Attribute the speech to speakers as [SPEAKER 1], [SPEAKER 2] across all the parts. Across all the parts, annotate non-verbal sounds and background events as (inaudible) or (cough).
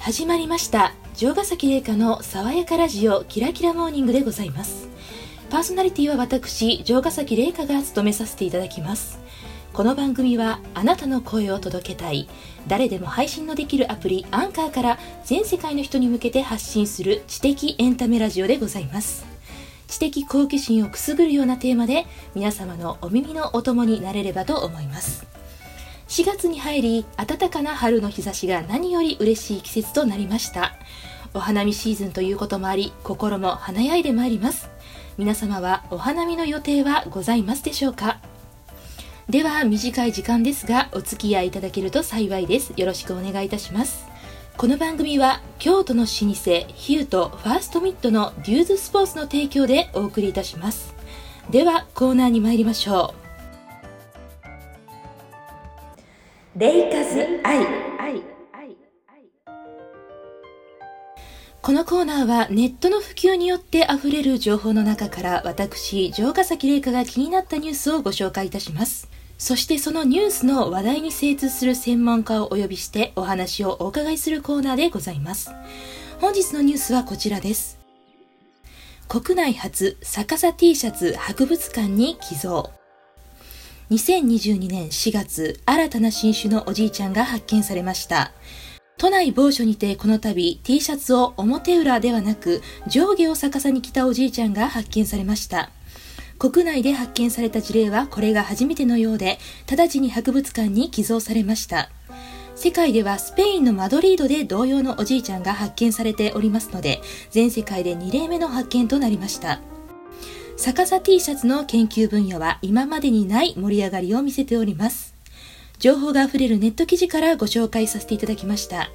[SPEAKER 1] 始まりました城ヶ崎玲香の爽やかラジオキラキラモーニングでございますパーソナリティは私城ヶ崎玲香が務めさせていただきますこの番組はあなたの声を届けたい誰でも配信のできるアプリアンカーから全世界の人に向けて発信する知的エンタメラジオでございます知的好奇心をくすぐるようなテーマで皆様のお耳のお供になれればと思います4月に入り暖かな春の日差しが何より嬉しい季節となりましたお花見シーズンということもあり心も華やいでまいります皆様はお花見の予定はございますでしょうかでは短い時間ですがお付き合いいただけると幸いですよろしくお願いいたしますこの番組は京都の老舗ヒューとファーストミッドのデューズスポーツの提供でお送りいたしますではコーナーに参りましょうレイカズ愛このコーナーはネットの普及によって溢れる情報の中から私城ヶ崎玲香が気になったニュースをご紹介いたしますそしてそのニュースの話題に精通する専門家をお呼びしてお話をお伺いするコーナーでございます本日のニュースはこちらです国内初逆さ T シャツ博物館に寄贈2022年4月新たな新種のおじいちゃんが発見されました都内某所にてこの度 T シャツを表裏ではなく上下を逆さに着たおじいちゃんが発見されました国内で発見された事例はこれが初めてのようで直ちに博物館に寄贈されました世界ではスペインのマドリードで同様のおじいちゃんが発見されておりますので全世界で2例目の発見となりました逆さ T シャツの研究分野は今までにない盛り上がりを見せております情報があふれるネット記事からご紹介させていただきました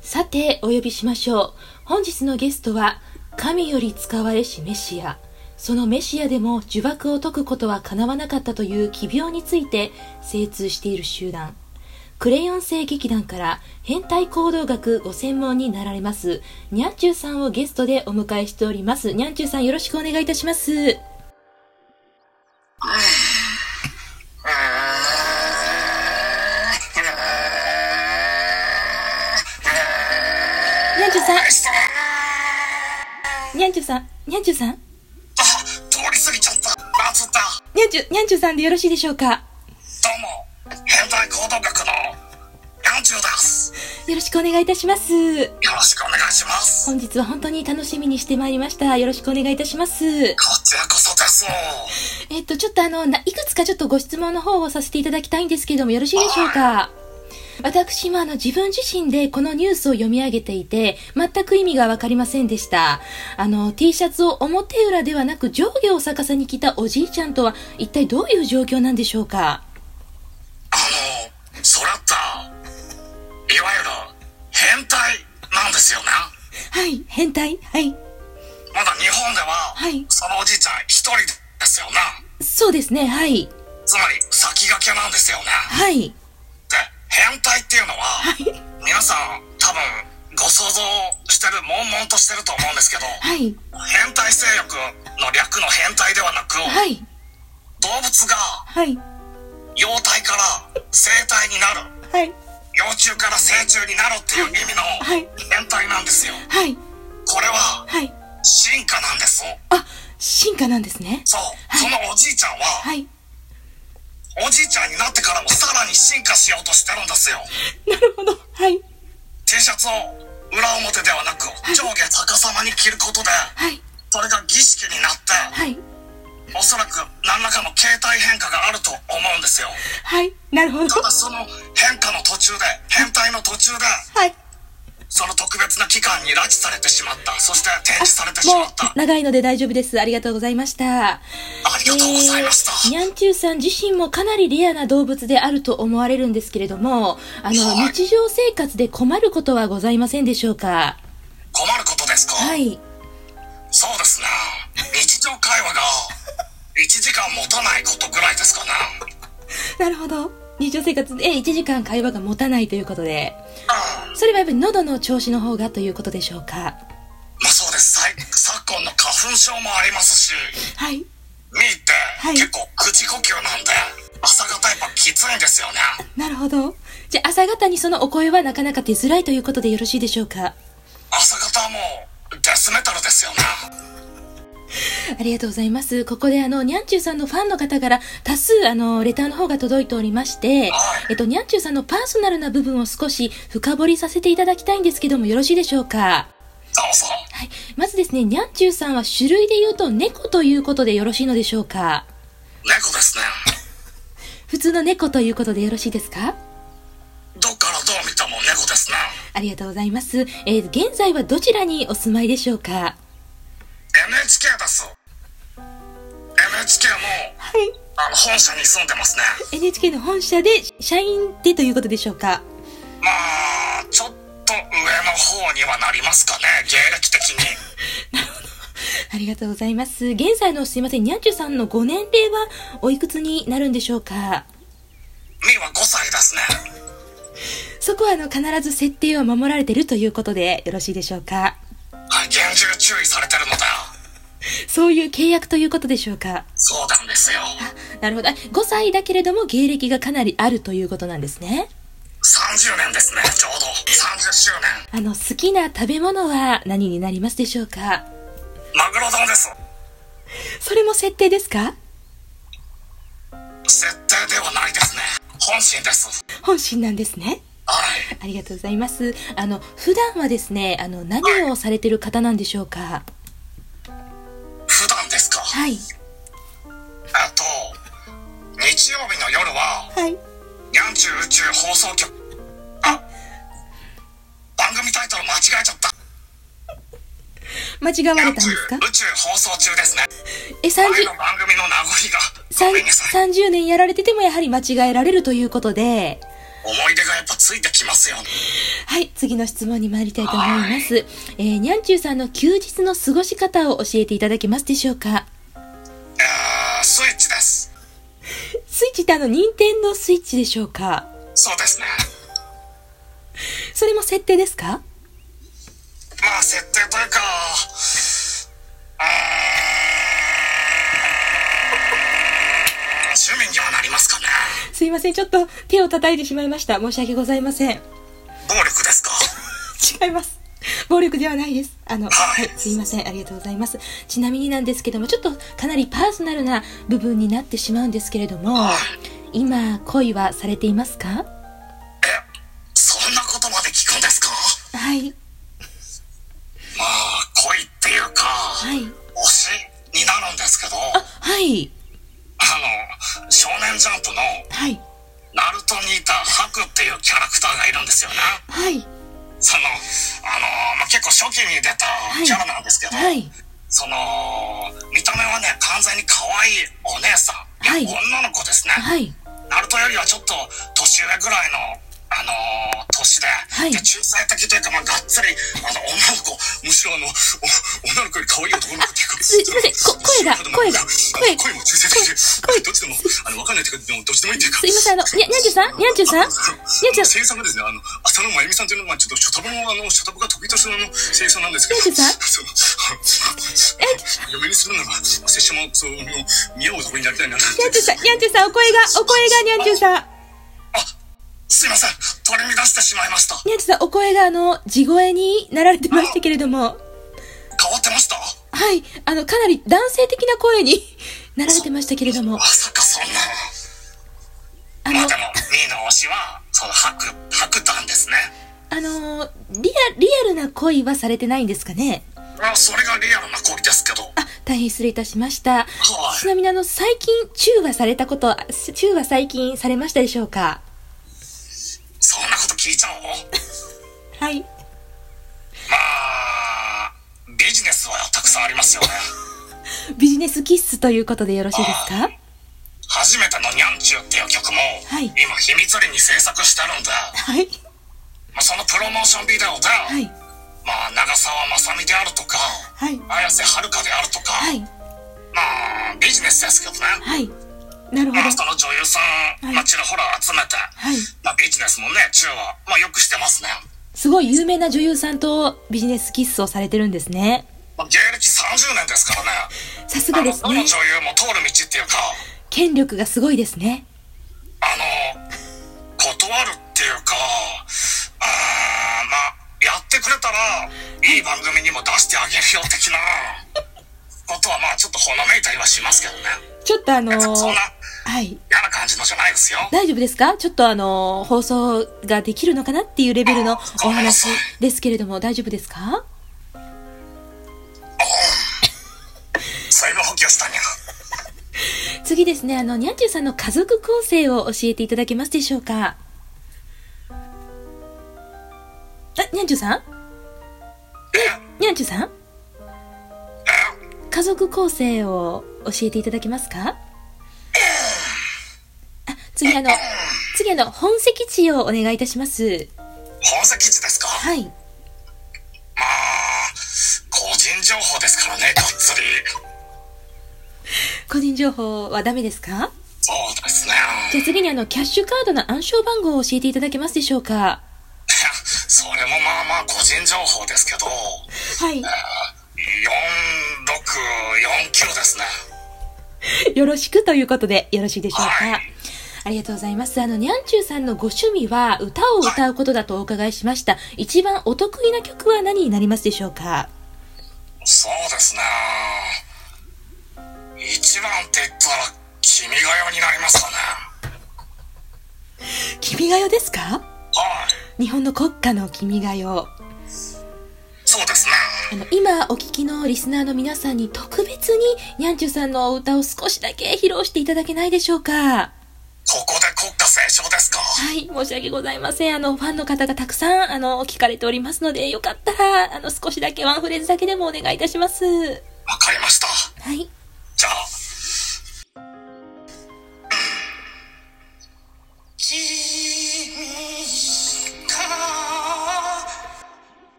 [SPEAKER 1] さてお呼びしましょう本日のゲストは神より使われしメシアそのメシアでも呪縛を解くことは叶わなかったという奇病について精通している集団クレヨン星劇団から変態行動学ご専門になられますにゃんちゅうさんをゲストでお迎えしておりますにゃんちゅうさんよろしくお願いいたしますにゃんちゅうさん。にゃんちゅうさん。にゃんちゅうさん。
[SPEAKER 2] あ通り過ぎちゃった夏だ
[SPEAKER 1] にゃんちゅう、にゃんちゅうさんでよろしいでしょうか。
[SPEAKER 2] どうも変態行動学のなんちゅうです
[SPEAKER 1] よろしくお願いいたします。
[SPEAKER 2] よろしくお願いします
[SPEAKER 1] 本日は本当に楽しみにしてまいりました。よろしくお願いいたします。
[SPEAKER 2] こちらこそです
[SPEAKER 1] えっと、ちょっとあの、ないくつかちょっとご質問の方をさせていただきたいんですけれども、よろしいでしょうか。私今あの自分自身でこのニュースを読み上げていて、全く意味がわかりませんでした。あの、T シャツを表裏ではなく上下を逆さに着たおじいちゃんとは一体どういう状況なんでしょうか
[SPEAKER 2] あのそれっていわゆる変態なんですよね
[SPEAKER 1] はい、変態、はい、
[SPEAKER 2] まだ日本では、
[SPEAKER 1] はい
[SPEAKER 2] そのおじいちゃん一人ですよね
[SPEAKER 1] そうですね、はい、
[SPEAKER 2] つまり先駆けなんですよね
[SPEAKER 1] (laughs) はい、
[SPEAKER 2] で変態っていうのは、皆さん多分ご想像してる悶々としてると思うんですけど
[SPEAKER 1] はい、
[SPEAKER 2] 変態性欲の略の変態ではなく、
[SPEAKER 1] はい、
[SPEAKER 2] 動物が
[SPEAKER 1] はい、
[SPEAKER 2] 幼体から生体になる
[SPEAKER 1] はい、
[SPEAKER 2] 幼虫から成虫になるっていう意味の
[SPEAKER 1] はい
[SPEAKER 2] 変態なんですよ
[SPEAKER 1] はい、
[SPEAKER 2] これは
[SPEAKER 1] はい、
[SPEAKER 2] 進化なんです
[SPEAKER 1] あ、進化なんですね。
[SPEAKER 2] そうそのおじいちゃんは
[SPEAKER 1] はい、
[SPEAKER 2] おじいちゃんになってからもさらに進化しようとしてるんですよ
[SPEAKER 1] なるほど、はい、
[SPEAKER 2] T シャツを裏表ではなく上下逆さまに着ることで
[SPEAKER 1] はい、
[SPEAKER 2] それが儀式になって
[SPEAKER 1] はい、
[SPEAKER 2] おそらく何らかの形態変化があると思うんですよ
[SPEAKER 1] はい、なるほど、
[SPEAKER 2] ただその変化の途中で変態の途中で
[SPEAKER 1] はい。
[SPEAKER 2] その特別な期間に拉致されてしまったそして展示されてしま
[SPEAKER 1] も
[SPEAKER 2] ったあ
[SPEAKER 1] う、長いので大丈夫です。ありがとうございました。
[SPEAKER 2] りがとうございました、
[SPEAKER 1] えー、にゃんちゅうさん自身もかなりレアな動物であると思われるんですけれども、あの、
[SPEAKER 2] はい
[SPEAKER 1] 日常生活で困ることはございませんでしょうか
[SPEAKER 2] 困ることですか、
[SPEAKER 1] はい。
[SPEAKER 2] そうですね日常会話が1時間持たないことぐらいですかね
[SPEAKER 1] なるほど。日常生活で1時間会話が持たないということで、
[SPEAKER 2] うん
[SPEAKER 1] それはやっぱり喉の調子の方がということでしょうか。
[SPEAKER 2] まあそうですさい昨今の花粉症もありますし
[SPEAKER 1] はい。
[SPEAKER 2] ミーって
[SPEAKER 1] はい
[SPEAKER 2] 結構口呼吸なんで、朝方やっぱきついんですよね。
[SPEAKER 1] なるほど。じゃあ、朝方にそのお声はなかなか出づらいということでよろしいでしょうか。
[SPEAKER 2] 朝方はもうデスメタルですよね。
[SPEAKER 1] ありがとうございます。ここであの、にゃんちゅうさんのファンの方から多数あの、レターの方が届いておりまして、えっと、にゃんちゅうさんのパーソナルな部分を少し深掘りさせていただきたいんですけどもよろしいでしょうか
[SPEAKER 2] どうぞ。
[SPEAKER 1] はい。まずですね、にゃんちゅうさんは種類で言うと猫ということでよろしいのでしょうか
[SPEAKER 2] 猫ですね。
[SPEAKER 1] 普通の猫ということでよろしいですか
[SPEAKER 2] どっからどう見ても猫ですね。
[SPEAKER 1] ありがとうございます。えー現在はどちらにお住まいでしょうか
[SPEAKER 2] NHK です。NHK の
[SPEAKER 1] はい。
[SPEAKER 2] あの本社に住んでますね。
[SPEAKER 1] NHK の本社で社員でということでしょうか (laughs)
[SPEAKER 2] まあ、ちょっと上の方にはなりますかね、芸歴的に。
[SPEAKER 1] ありがとうございます。現在のすいません、にゃんちゅさんのご年齢はおいくつになるんでしょうか
[SPEAKER 2] ミーは5歳ですね。
[SPEAKER 1] そこはあの必ず設定は守られてるということでよろしいでしょうか
[SPEAKER 2] はい、厳重注意されてるのだ。
[SPEAKER 1] そういう契約ということでしょうか
[SPEAKER 2] そうなんですよ。
[SPEAKER 1] なるほど。あ5歳だけれども芸歴がかなりあるということなんですね。
[SPEAKER 2] 30年ですね、ちょうど。30周年。
[SPEAKER 1] あの、好きな食べ物は何になりますでしょうか
[SPEAKER 2] マグロ丼です。
[SPEAKER 1] それも設定ですか
[SPEAKER 2] 設定ではないですね。本心です。
[SPEAKER 1] 本心なんですね。
[SPEAKER 2] はい。
[SPEAKER 1] ありがとうございます。あの、普段はですね、あの、何をされてる方なんでしょうか
[SPEAKER 2] 普段ですか。
[SPEAKER 1] はい。
[SPEAKER 2] あと、日曜日の夜は、
[SPEAKER 1] はい。
[SPEAKER 2] ニャンチュ宇宙放送局。あ、番組タイトル間違えちゃった。
[SPEAKER 1] 間違われ
[SPEAKER 2] ニ
[SPEAKER 1] た
[SPEAKER 2] ャ
[SPEAKER 1] ん
[SPEAKER 2] ン
[SPEAKER 1] で
[SPEAKER 2] チ
[SPEAKER 1] すか
[SPEAKER 2] ュ宇宙放送中ですね。
[SPEAKER 1] え、
[SPEAKER 2] 前
[SPEAKER 1] 30
[SPEAKER 2] の、番組の名残が。ごめんなさい。
[SPEAKER 1] 三十年やられててもやはり間違えられるということで、
[SPEAKER 2] 思い出がやっぱついてきますよね。
[SPEAKER 1] はい、次の質問に参りたいと思います。えー、にゃんちゅうさんの休日の過ごし方を教えていただけますでしょうか
[SPEAKER 2] えー、スイッチです。
[SPEAKER 1] スイッチってあの、任天堂スイッチでしょうか
[SPEAKER 2] そうですね。
[SPEAKER 1] それも設定ですか
[SPEAKER 2] まあ、設定というか、うーん趣味にはなりますかね。
[SPEAKER 1] すいません、ちょっと手を叩いてしまいました。申し訳ございません。
[SPEAKER 2] 暴力ですか
[SPEAKER 1] 違います。暴力ではないです。あの、は
[SPEAKER 2] はい
[SPEAKER 1] い、すいません。ありがとうございます。ちなみになんですけども、ちょっとかなりパーソナルな部分になってしまうんですけれども、今、恋はされていますか
[SPEAKER 2] え、そんなことまで聞くんですか
[SPEAKER 1] はい。
[SPEAKER 2] まあ、恋っていうか、
[SPEAKER 1] はい。
[SPEAKER 2] 推しになるんですけど、
[SPEAKER 1] あ
[SPEAKER 2] あ、
[SPEAKER 1] はい。
[SPEAKER 2] の、少年ジャンプの
[SPEAKER 1] はい。
[SPEAKER 2] ナルトにいたハクっていうキャラクターがいるんですよね。
[SPEAKER 1] はい。
[SPEAKER 2] その、あの、まあ、結構初期に出たキャラなんですけど、
[SPEAKER 1] はい。
[SPEAKER 2] その見た目はね完全に可愛いお姉さん、
[SPEAKER 1] はい
[SPEAKER 2] いや女の子ですね、
[SPEAKER 1] はい。
[SPEAKER 2] ナルトよりはちょっと年上ぐらいのあのー年
[SPEAKER 1] い
[SPEAKER 2] で,、で中性的というか、まあ、がっつりあの女の子むしろあのお女の子より可愛い男の子っていうか
[SPEAKER 1] すすいませんこ声が声が声
[SPEAKER 2] 声も中性的で
[SPEAKER 1] 声
[SPEAKER 2] どっちでもあのわかんないというかでもどっちでもいいというか
[SPEAKER 1] すいませんあのにゃにゃんじゅさんにゃんじゅさん
[SPEAKER 2] あ
[SPEAKER 1] にゃんじゅ
[SPEAKER 2] 声優さんがですねあの浅野真由美さんというのはまあちょっとショタボのあのショタボが得意としてるあの声優さんなんですけど
[SPEAKER 1] にゃんじゅさん
[SPEAKER 2] そうえ嫁にするなら拙者もそうもう見合う男になりたいな
[SPEAKER 1] にゃんちゅうさん、にゃんちゅうさん、お声が、お声が、にゃんちゅうさん。
[SPEAKER 2] あすいません取り乱してしまいました
[SPEAKER 1] にゃんちゅうさん、お声が、あの、地声になられてましたけれども、
[SPEAKER 2] 変わってました
[SPEAKER 1] はい、あの、かなり男性的な声に (laughs) なられてましたけれども
[SPEAKER 2] ま、さかそんな
[SPEAKER 1] あ
[SPEAKER 2] ま
[SPEAKER 1] の
[SPEAKER 2] あで、もミーの推しはその白白炭ですね
[SPEAKER 1] あの、リア、リアルな恋はされてないんですかね
[SPEAKER 2] まあそれがリアルな恋ですけど
[SPEAKER 1] あ、大変失礼いたしました。
[SPEAKER 2] はい
[SPEAKER 1] ちなみにあの、最近、チューはされたこと、チューは最近されましたでしょうか
[SPEAKER 2] そんなこと聞いちゃおう
[SPEAKER 1] はい。
[SPEAKER 2] まあビジネスはたくさんありますよね
[SPEAKER 1] ビジネスキッスということでよろしいですか
[SPEAKER 2] 初めての「にゃんちゅう」っていう曲も、
[SPEAKER 1] はい
[SPEAKER 2] 今秘密裏に制作してるんで、
[SPEAKER 1] はい。
[SPEAKER 2] まあ、そのプロモーションビデオで、
[SPEAKER 1] はい。
[SPEAKER 2] まあ、長澤まさみであるとか
[SPEAKER 1] はい。
[SPEAKER 2] 綾瀬はるかであるとか、
[SPEAKER 1] はい。
[SPEAKER 2] まあビジネスですけどね、
[SPEAKER 1] はい。なるほど。
[SPEAKER 2] まあ、
[SPEAKER 1] は
[SPEAKER 2] その女優さん、
[SPEAKER 1] はい
[SPEAKER 2] まあ、ちらほら集めて、
[SPEAKER 1] い。
[SPEAKER 2] まあ、ビジネスもね中は、まあ、よくしてますね
[SPEAKER 1] すごい有名な女優さんとビジネスキッスをされてるんですね。
[SPEAKER 2] まあ、芸歴30年ですからね。
[SPEAKER 1] さすがです
[SPEAKER 2] あの
[SPEAKER 1] ね
[SPEAKER 2] どの女優も通る道っていうか、
[SPEAKER 1] 権力がすごいですね
[SPEAKER 2] あの、断るっていうか、あーまあ、やってくれたら、いい番組にも出してあげるよ的な、ことはまあちょっとほのめいたりはしますけどね。
[SPEAKER 1] ちょっとあの
[SPEAKER 2] 別にそんな
[SPEAKER 1] はい
[SPEAKER 2] 嫌な感じのじゃないですよ。
[SPEAKER 1] 大丈夫ですかちょっとあの放送ができるのかなっていうレベルのお話ですけれども大丈夫ですか (laughs)
[SPEAKER 2] 水分補給したにゃ。
[SPEAKER 1] 次ですねあのにゃんちゅうさんの家族構成を教えていただけますでしょうかあにゃんちゅうさんにゃんちゅうさん家族構成を教えていただけますかあ次あの次あの本籍地をお願いいたします
[SPEAKER 2] 本籍地ですか
[SPEAKER 1] はい
[SPEAKER 2] まあ、個人情報ですからね、がっつり。
[SPEAKER 1] 個人情報はダメですか
[SPEAKER 2] そうですね。 (laughs)
[SPEAKER 1] じゃあ次にあのキャッシュカードの暗証番号を教えていただけますでしょうか
[SPEAKER 2] それもまあまあ個人情報ですけど、
[SPEAKER 1] はい
[SPEAKER 2] 4649ですね。
[SPEAKER 1] よろしくということでよろしいでしょう
[SPEAKER 2] は
[SPEAKER 1] か
[SPEAKER 2] い
[SPEAKER 1] ありがとうございます。あの、にゃんちゅうさんのご趣味は歌を歌うことだとお伺いしました。一番お得意な曲は何になりますでしょうか
[SPEAKER 2] そうですね。一番って言ったら、君が代になりますかね。
[SPEAKER 1] 君が代ですか
[SPEAKER 2] はい。
[SPEAKER 1] 日本の国歌の君が代。
[SPEAKER 2] そうですね。
[SPEAKER 1] あの、今お聞きのリスナーの皆さんに特別ににゃんちゅうさんのお歌を少しだけ披露していただけないでしょうか
[SPEAKER 2] ここで国歌斉唱ですか。
[SPEAKER 1] はい、申し訳ございません。あの、ファンの方がたくさん、あの、聞かれておりますので、よかったら、あの、少しだけワンフレーズだけでもお願いいたします。
[SPEAKER 2] わかりました。
[SPEAKER 1] はい。
[SPEAKER 2] じゃあ。君がよ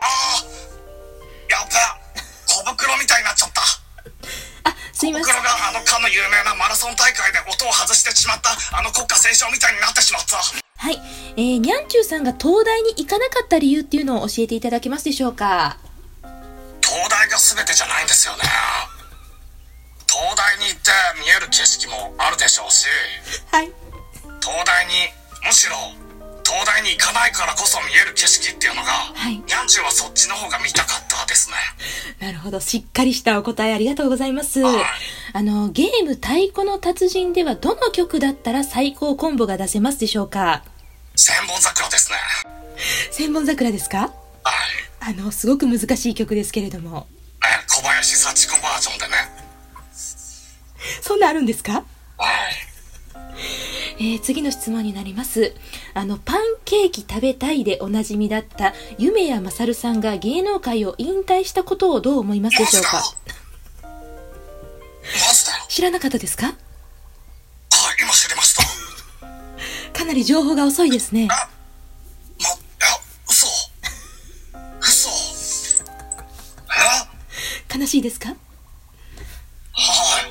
[SPEAKER 2] あーやっば小袋みたいになっちゃった
[SPEAKER 1] あ、すい
[SPEAKER 2] 小
[SPEAKER 1] ません
[SPEAKER 2] 袋。があのかの有名なマラソン大会で音を外してしまったあの国歌斉唱みたいになってしまった
[SPEAKER 1] はい。えー、にゃんちゅうさんが東大に行かなかった理由っていうのを教えていただけますでしょうか
[SPEAKER 2] 東大が全てじゃないんですよね東大に行って見える景色もあるでしょうし
[SPEAKER 1] はい。
[SPEAKER 2] 東大にむしろ東大に行かないからこそ見える景色っていうのが、
[SPEAKER 1] はい
[SPEAKER 2] にゃんちゅうはそっちの方が見たかったですね
[SPEAKER 1] なるほど。しっかりしたお答えありがとうございます。
[SPEAKER 2] はい
[SPEAKER 1] あの、ゲーム太鼓の達人ではどの曲だったら最高コンボが出せますでしょうか
[SPEAKER 2] 千本桜ですね
[SPEAKER 1] 千本桜ですか
[SPEAKER 2] はい、
[SPEAKER 1] あの、すごく難しい曲ですけれども。
[SPEAKER 2] ね小林幸子バージョンでね
[SPEAKER 1] そんなんあるんですか
[SPEAKER 2] はい
[SPEAKER 1] えー次の質問になります。あの、パンケーキ食べたいでおなじみだった、夢やまさるさんが芸能界を引退したことをどう思いますでしょうか
[SPEAKER 2] マジだよ
[SPEAKER 1] 知らなかったですか
[SPEAKER 2] はい今知りました
[SPEAKER 1] かなり情報が遅いですね。
[SPEAKER 2] あまいや嘘嘘え
[SPEAKER 1] 悲しいですか
[SPEAKER 2] は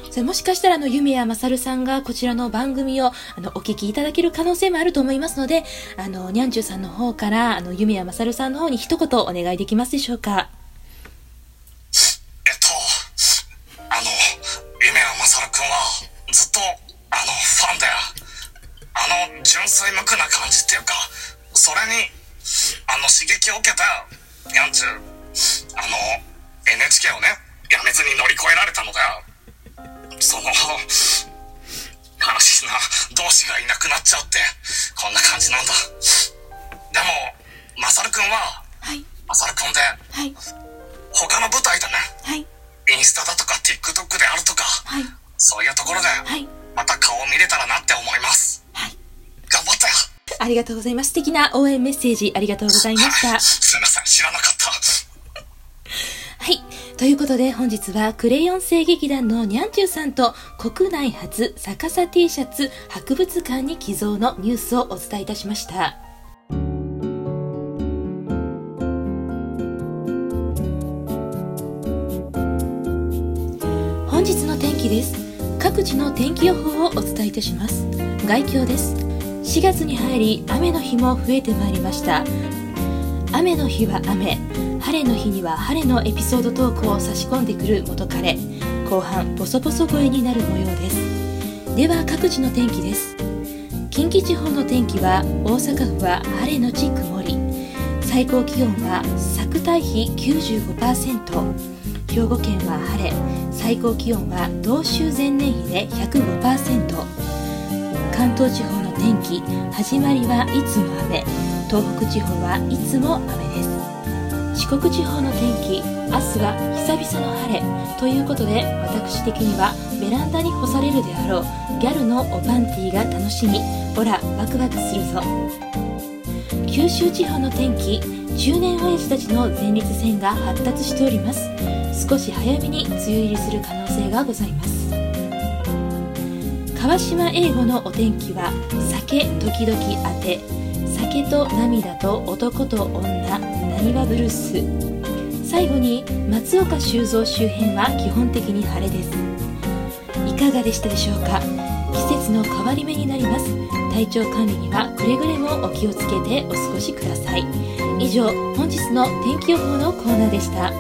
[SPEAKER 2] い
[SPEAKER 1] それもしかしたら、あの、夢やまさるさんがこちらの番組を、あの、お聞きいただける可能性もあると思いますので、あの、にゃんちゅうさんの方から、あの、夢やまさるさんの方に一言お願いできますでしょうか
[SPEAKER 2] えっと、あの、夢はまさるくんは、ずっと、あの、ファンで、あの、純粋無垢な感じっていうか、それに、あの、刺激を受けた、にゃんちゅう、あの、NHK をね、やめずに乗り越えられたので、その、悲しいな、同志がいなくなっちゃうって、こんな感じなんだ。でも、まさるくんは、
[SPEAKER 1] はい、
[SPEAKER 2] まさるくんで、
[SPEAKER 1] はい、
[SPEAKER 2] 他の舞台だね、
[SPEAKER 1] はい、
[SPEAKER 2] インスタだとか TikTok であるとか、
[SPEAKER 1] はい、
[SPEAKER 2] そういうところで、
[SPEAKER 1] はい、
[SPEAKER 2] また顔を見れたらなって思います。
[SPEAKER 1] はい。
[SPEAKER 2] 頑張ったよ
[SPEAKER 1] ありがとうございます。素敵な応援メッセージありがとうございました。
[SPEAKER 2] すいません、知らなかった。
[SPEAKER 1] はい。ということで本日はクレヨン声劇団のにゃんちゅうさんと国内初逆さ T シャツ博物館に寄贈のニュースをお伝えいたしました。本日の天気です。各地の天気予報をお伝えいたします。外況です。4月に入り雨の日も増えてまいりました。雨の日は雨、晴れの日には晴れのエピソードトークを差し込んでくる元彼後半ボソボソ声になる模様ですでは各地の天気です近畿地方の天気は大阪府は晴れのち曇り最高気温は昨対比95%兵庫県は晴れ最高気温は同州前年比で105%関東地方の天気始まりはいつも雨東北地方はいつも雨です四国地方の天気明日は久々の晴れということで私的にはベランダに干されるであろうギャルのおパンティーが楽しみほらワクワクするぞ九州地方の天気中年親父たちの前立腺が発達しております少し早めに梅雨入りする可能性がございます川島英語のお天気は酒時々当て酒と涙と男と女なにわブルース最後に松岡修造周辺は基本的に晴れですいかがでしたでしょうか季節の変わり目になります体調管理にはくれぐれもお気をつけてお過ごしください以上本日の天気予報のコーナーでした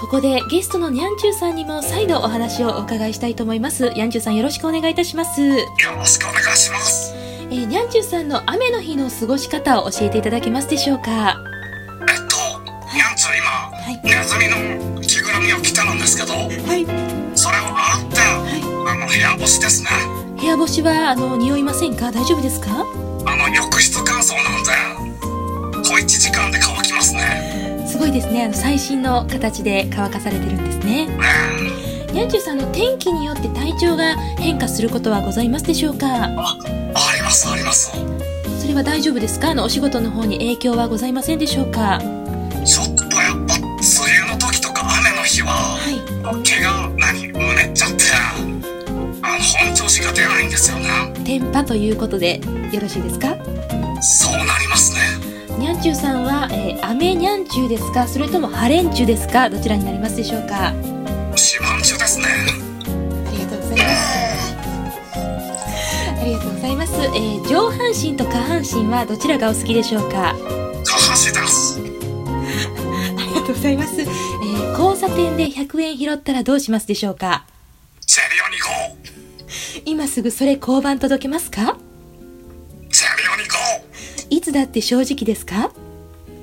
[SPEAKER 1] ここでゲストのにゃんちゅうさんにも再度お話をお伺いしたいと思いますにゃんちゅうさんよろしくお願いいたします
[SPEAKER 2] よろしくお願いします。
[SPEAKER 1] えー、にゃんちゅうさんの雨の日の過ごし方を教えていただけますでしょうか
[SPEAKER 2] えっと、にゃんつう今、
[SPEAKER 1] はい
[SPEAKER 2] ネズミの着ぐるみを着てるんですけど、
[SPEAKER 1] はい、
[SPEAKER 2] それを洗って、あの、部屋干しですね。
[SPEAKER 1] 部屋干しはあの匂いませんか大丈夫ですか
[SPEAKER 2] あの、浴室乾燥なんで、小1時間で乾きますね。
[SPEAKER 1] すごいですねあの最新の形で乾かされてるんですね
[SPEAKER 2] ねえ
[SPEAKER 1] にゃんちゅうさんの天気によって体調が変化することはございますでしょうか
[SPEAKER 2] あります、あります。
[SPEAKER 1] それは大丈夫ですかあのお仕事の方に影響はございませんでしょうかは
[SPEAKER 2] ちょっとやっぱ、梅雨の時とか雨の日は、
[SPEAKER 1] い
[SPEAKER 2] 毛が、何、うねっちゃって、あの、本調子が出ないんですよね。
[SPEAKER 1] 天パということでよろしいですか
[SPEAKER 2] そうなりますね。
[SPEAKER 1] にゃんちゅうさんは、えー雨にゃんちゅうですかそれとも晴れんちゅうですかどちらになりますでしょうか
[SPEAKER 2] 四万中ですね。
[SPEAKER 1] ありがとうございます。ありがとうございます。えー上半身と下半身はどちらがお好きでしょうか。
[SPEAKER 2] 下半身で
[SPEAKER 1] あ
[SPEAKER 2] す。
[SPEAKER 1] りがとうございます。えー交差点で100円拾ったらどうしますでしょうか。
[SPEAKER 2] チェリオニ号。
[SPEAKER 1] 今すぐそれ交番届けますか。
[SPEAKER 2] チェリオニ号。
[SPEAKER 1] いつだって正直ですか。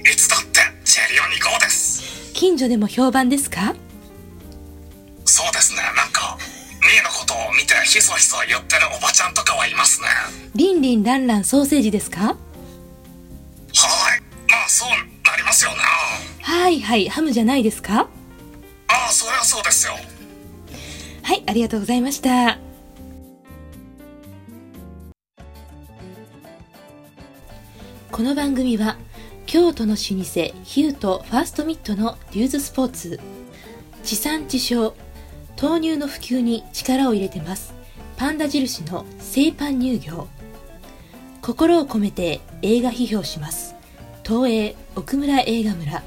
[SPEAKER 2] いつだってチェリオニ号です。
[SPEAKER 1] 近所でも評判ですか。
[SPEAKER 2] そうですね。なんか、ミーのことを見てひそひそ言ってるおばちゃんとかはいますね。
[SPEAKER 1] リンリンランランソーセージですか。
[SPEAKER 2] はい。まあそうなりますよね。
[SPEAKER 1] はいはいハムじゃないですか。
[SPEAKER 2] ああ、そりゃそうですよ。
[SPEAKER 1] はいありがとうございました。この番組は京都の老舗ヒューとファーストミットのデューズスポーツ地産地消豆乳の普及に力を入れてますパンダ印の製パン乳業心を込めて映画批評します東映奥村映画村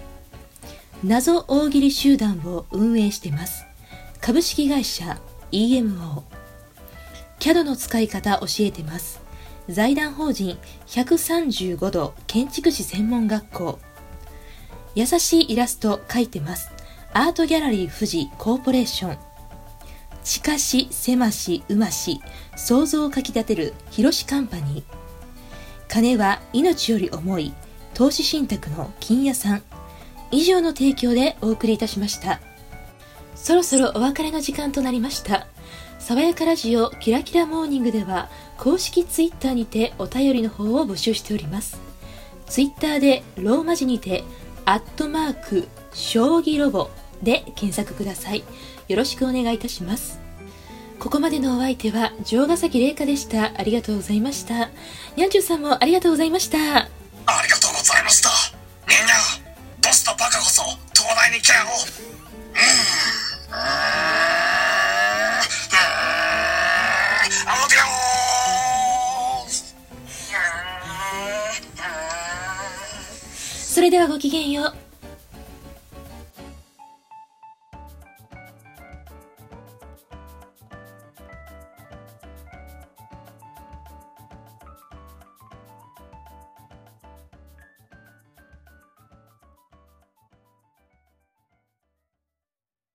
[SPEAKER 1] 謎大喜利集団を運営してます株式会社 EMO CAD の使い方教えてます財団法人135度建築士専門学校優しいイラスト描いてますアートギャラリー富士コーポレーション近し狭しうまし想像をかき立てる広しカンパニー金は命より重い投資信託の金屋さん以上の提供でお送りいたしましたそろそろお別れの時間となりました。爽やかラジオキラキラモーニングでは公式ツイッターにてお便りの方を募集しております。ツイッターでローマ字にてアットマーク将棋ロボで検索ください。よろしくお願いいたします。ここまでのお相手は城ヶ崎玲香でした。ありがとうございました。にゃんちゅうさんもありがとうございました。
[SPEAKER 2] ありがとうございました。みんな、ボスとバカこそ東大に行けよ。うーん。うーん。うーん。アロディオーうーん。うーん。
[SPEAKER 1] それではごきげんよう。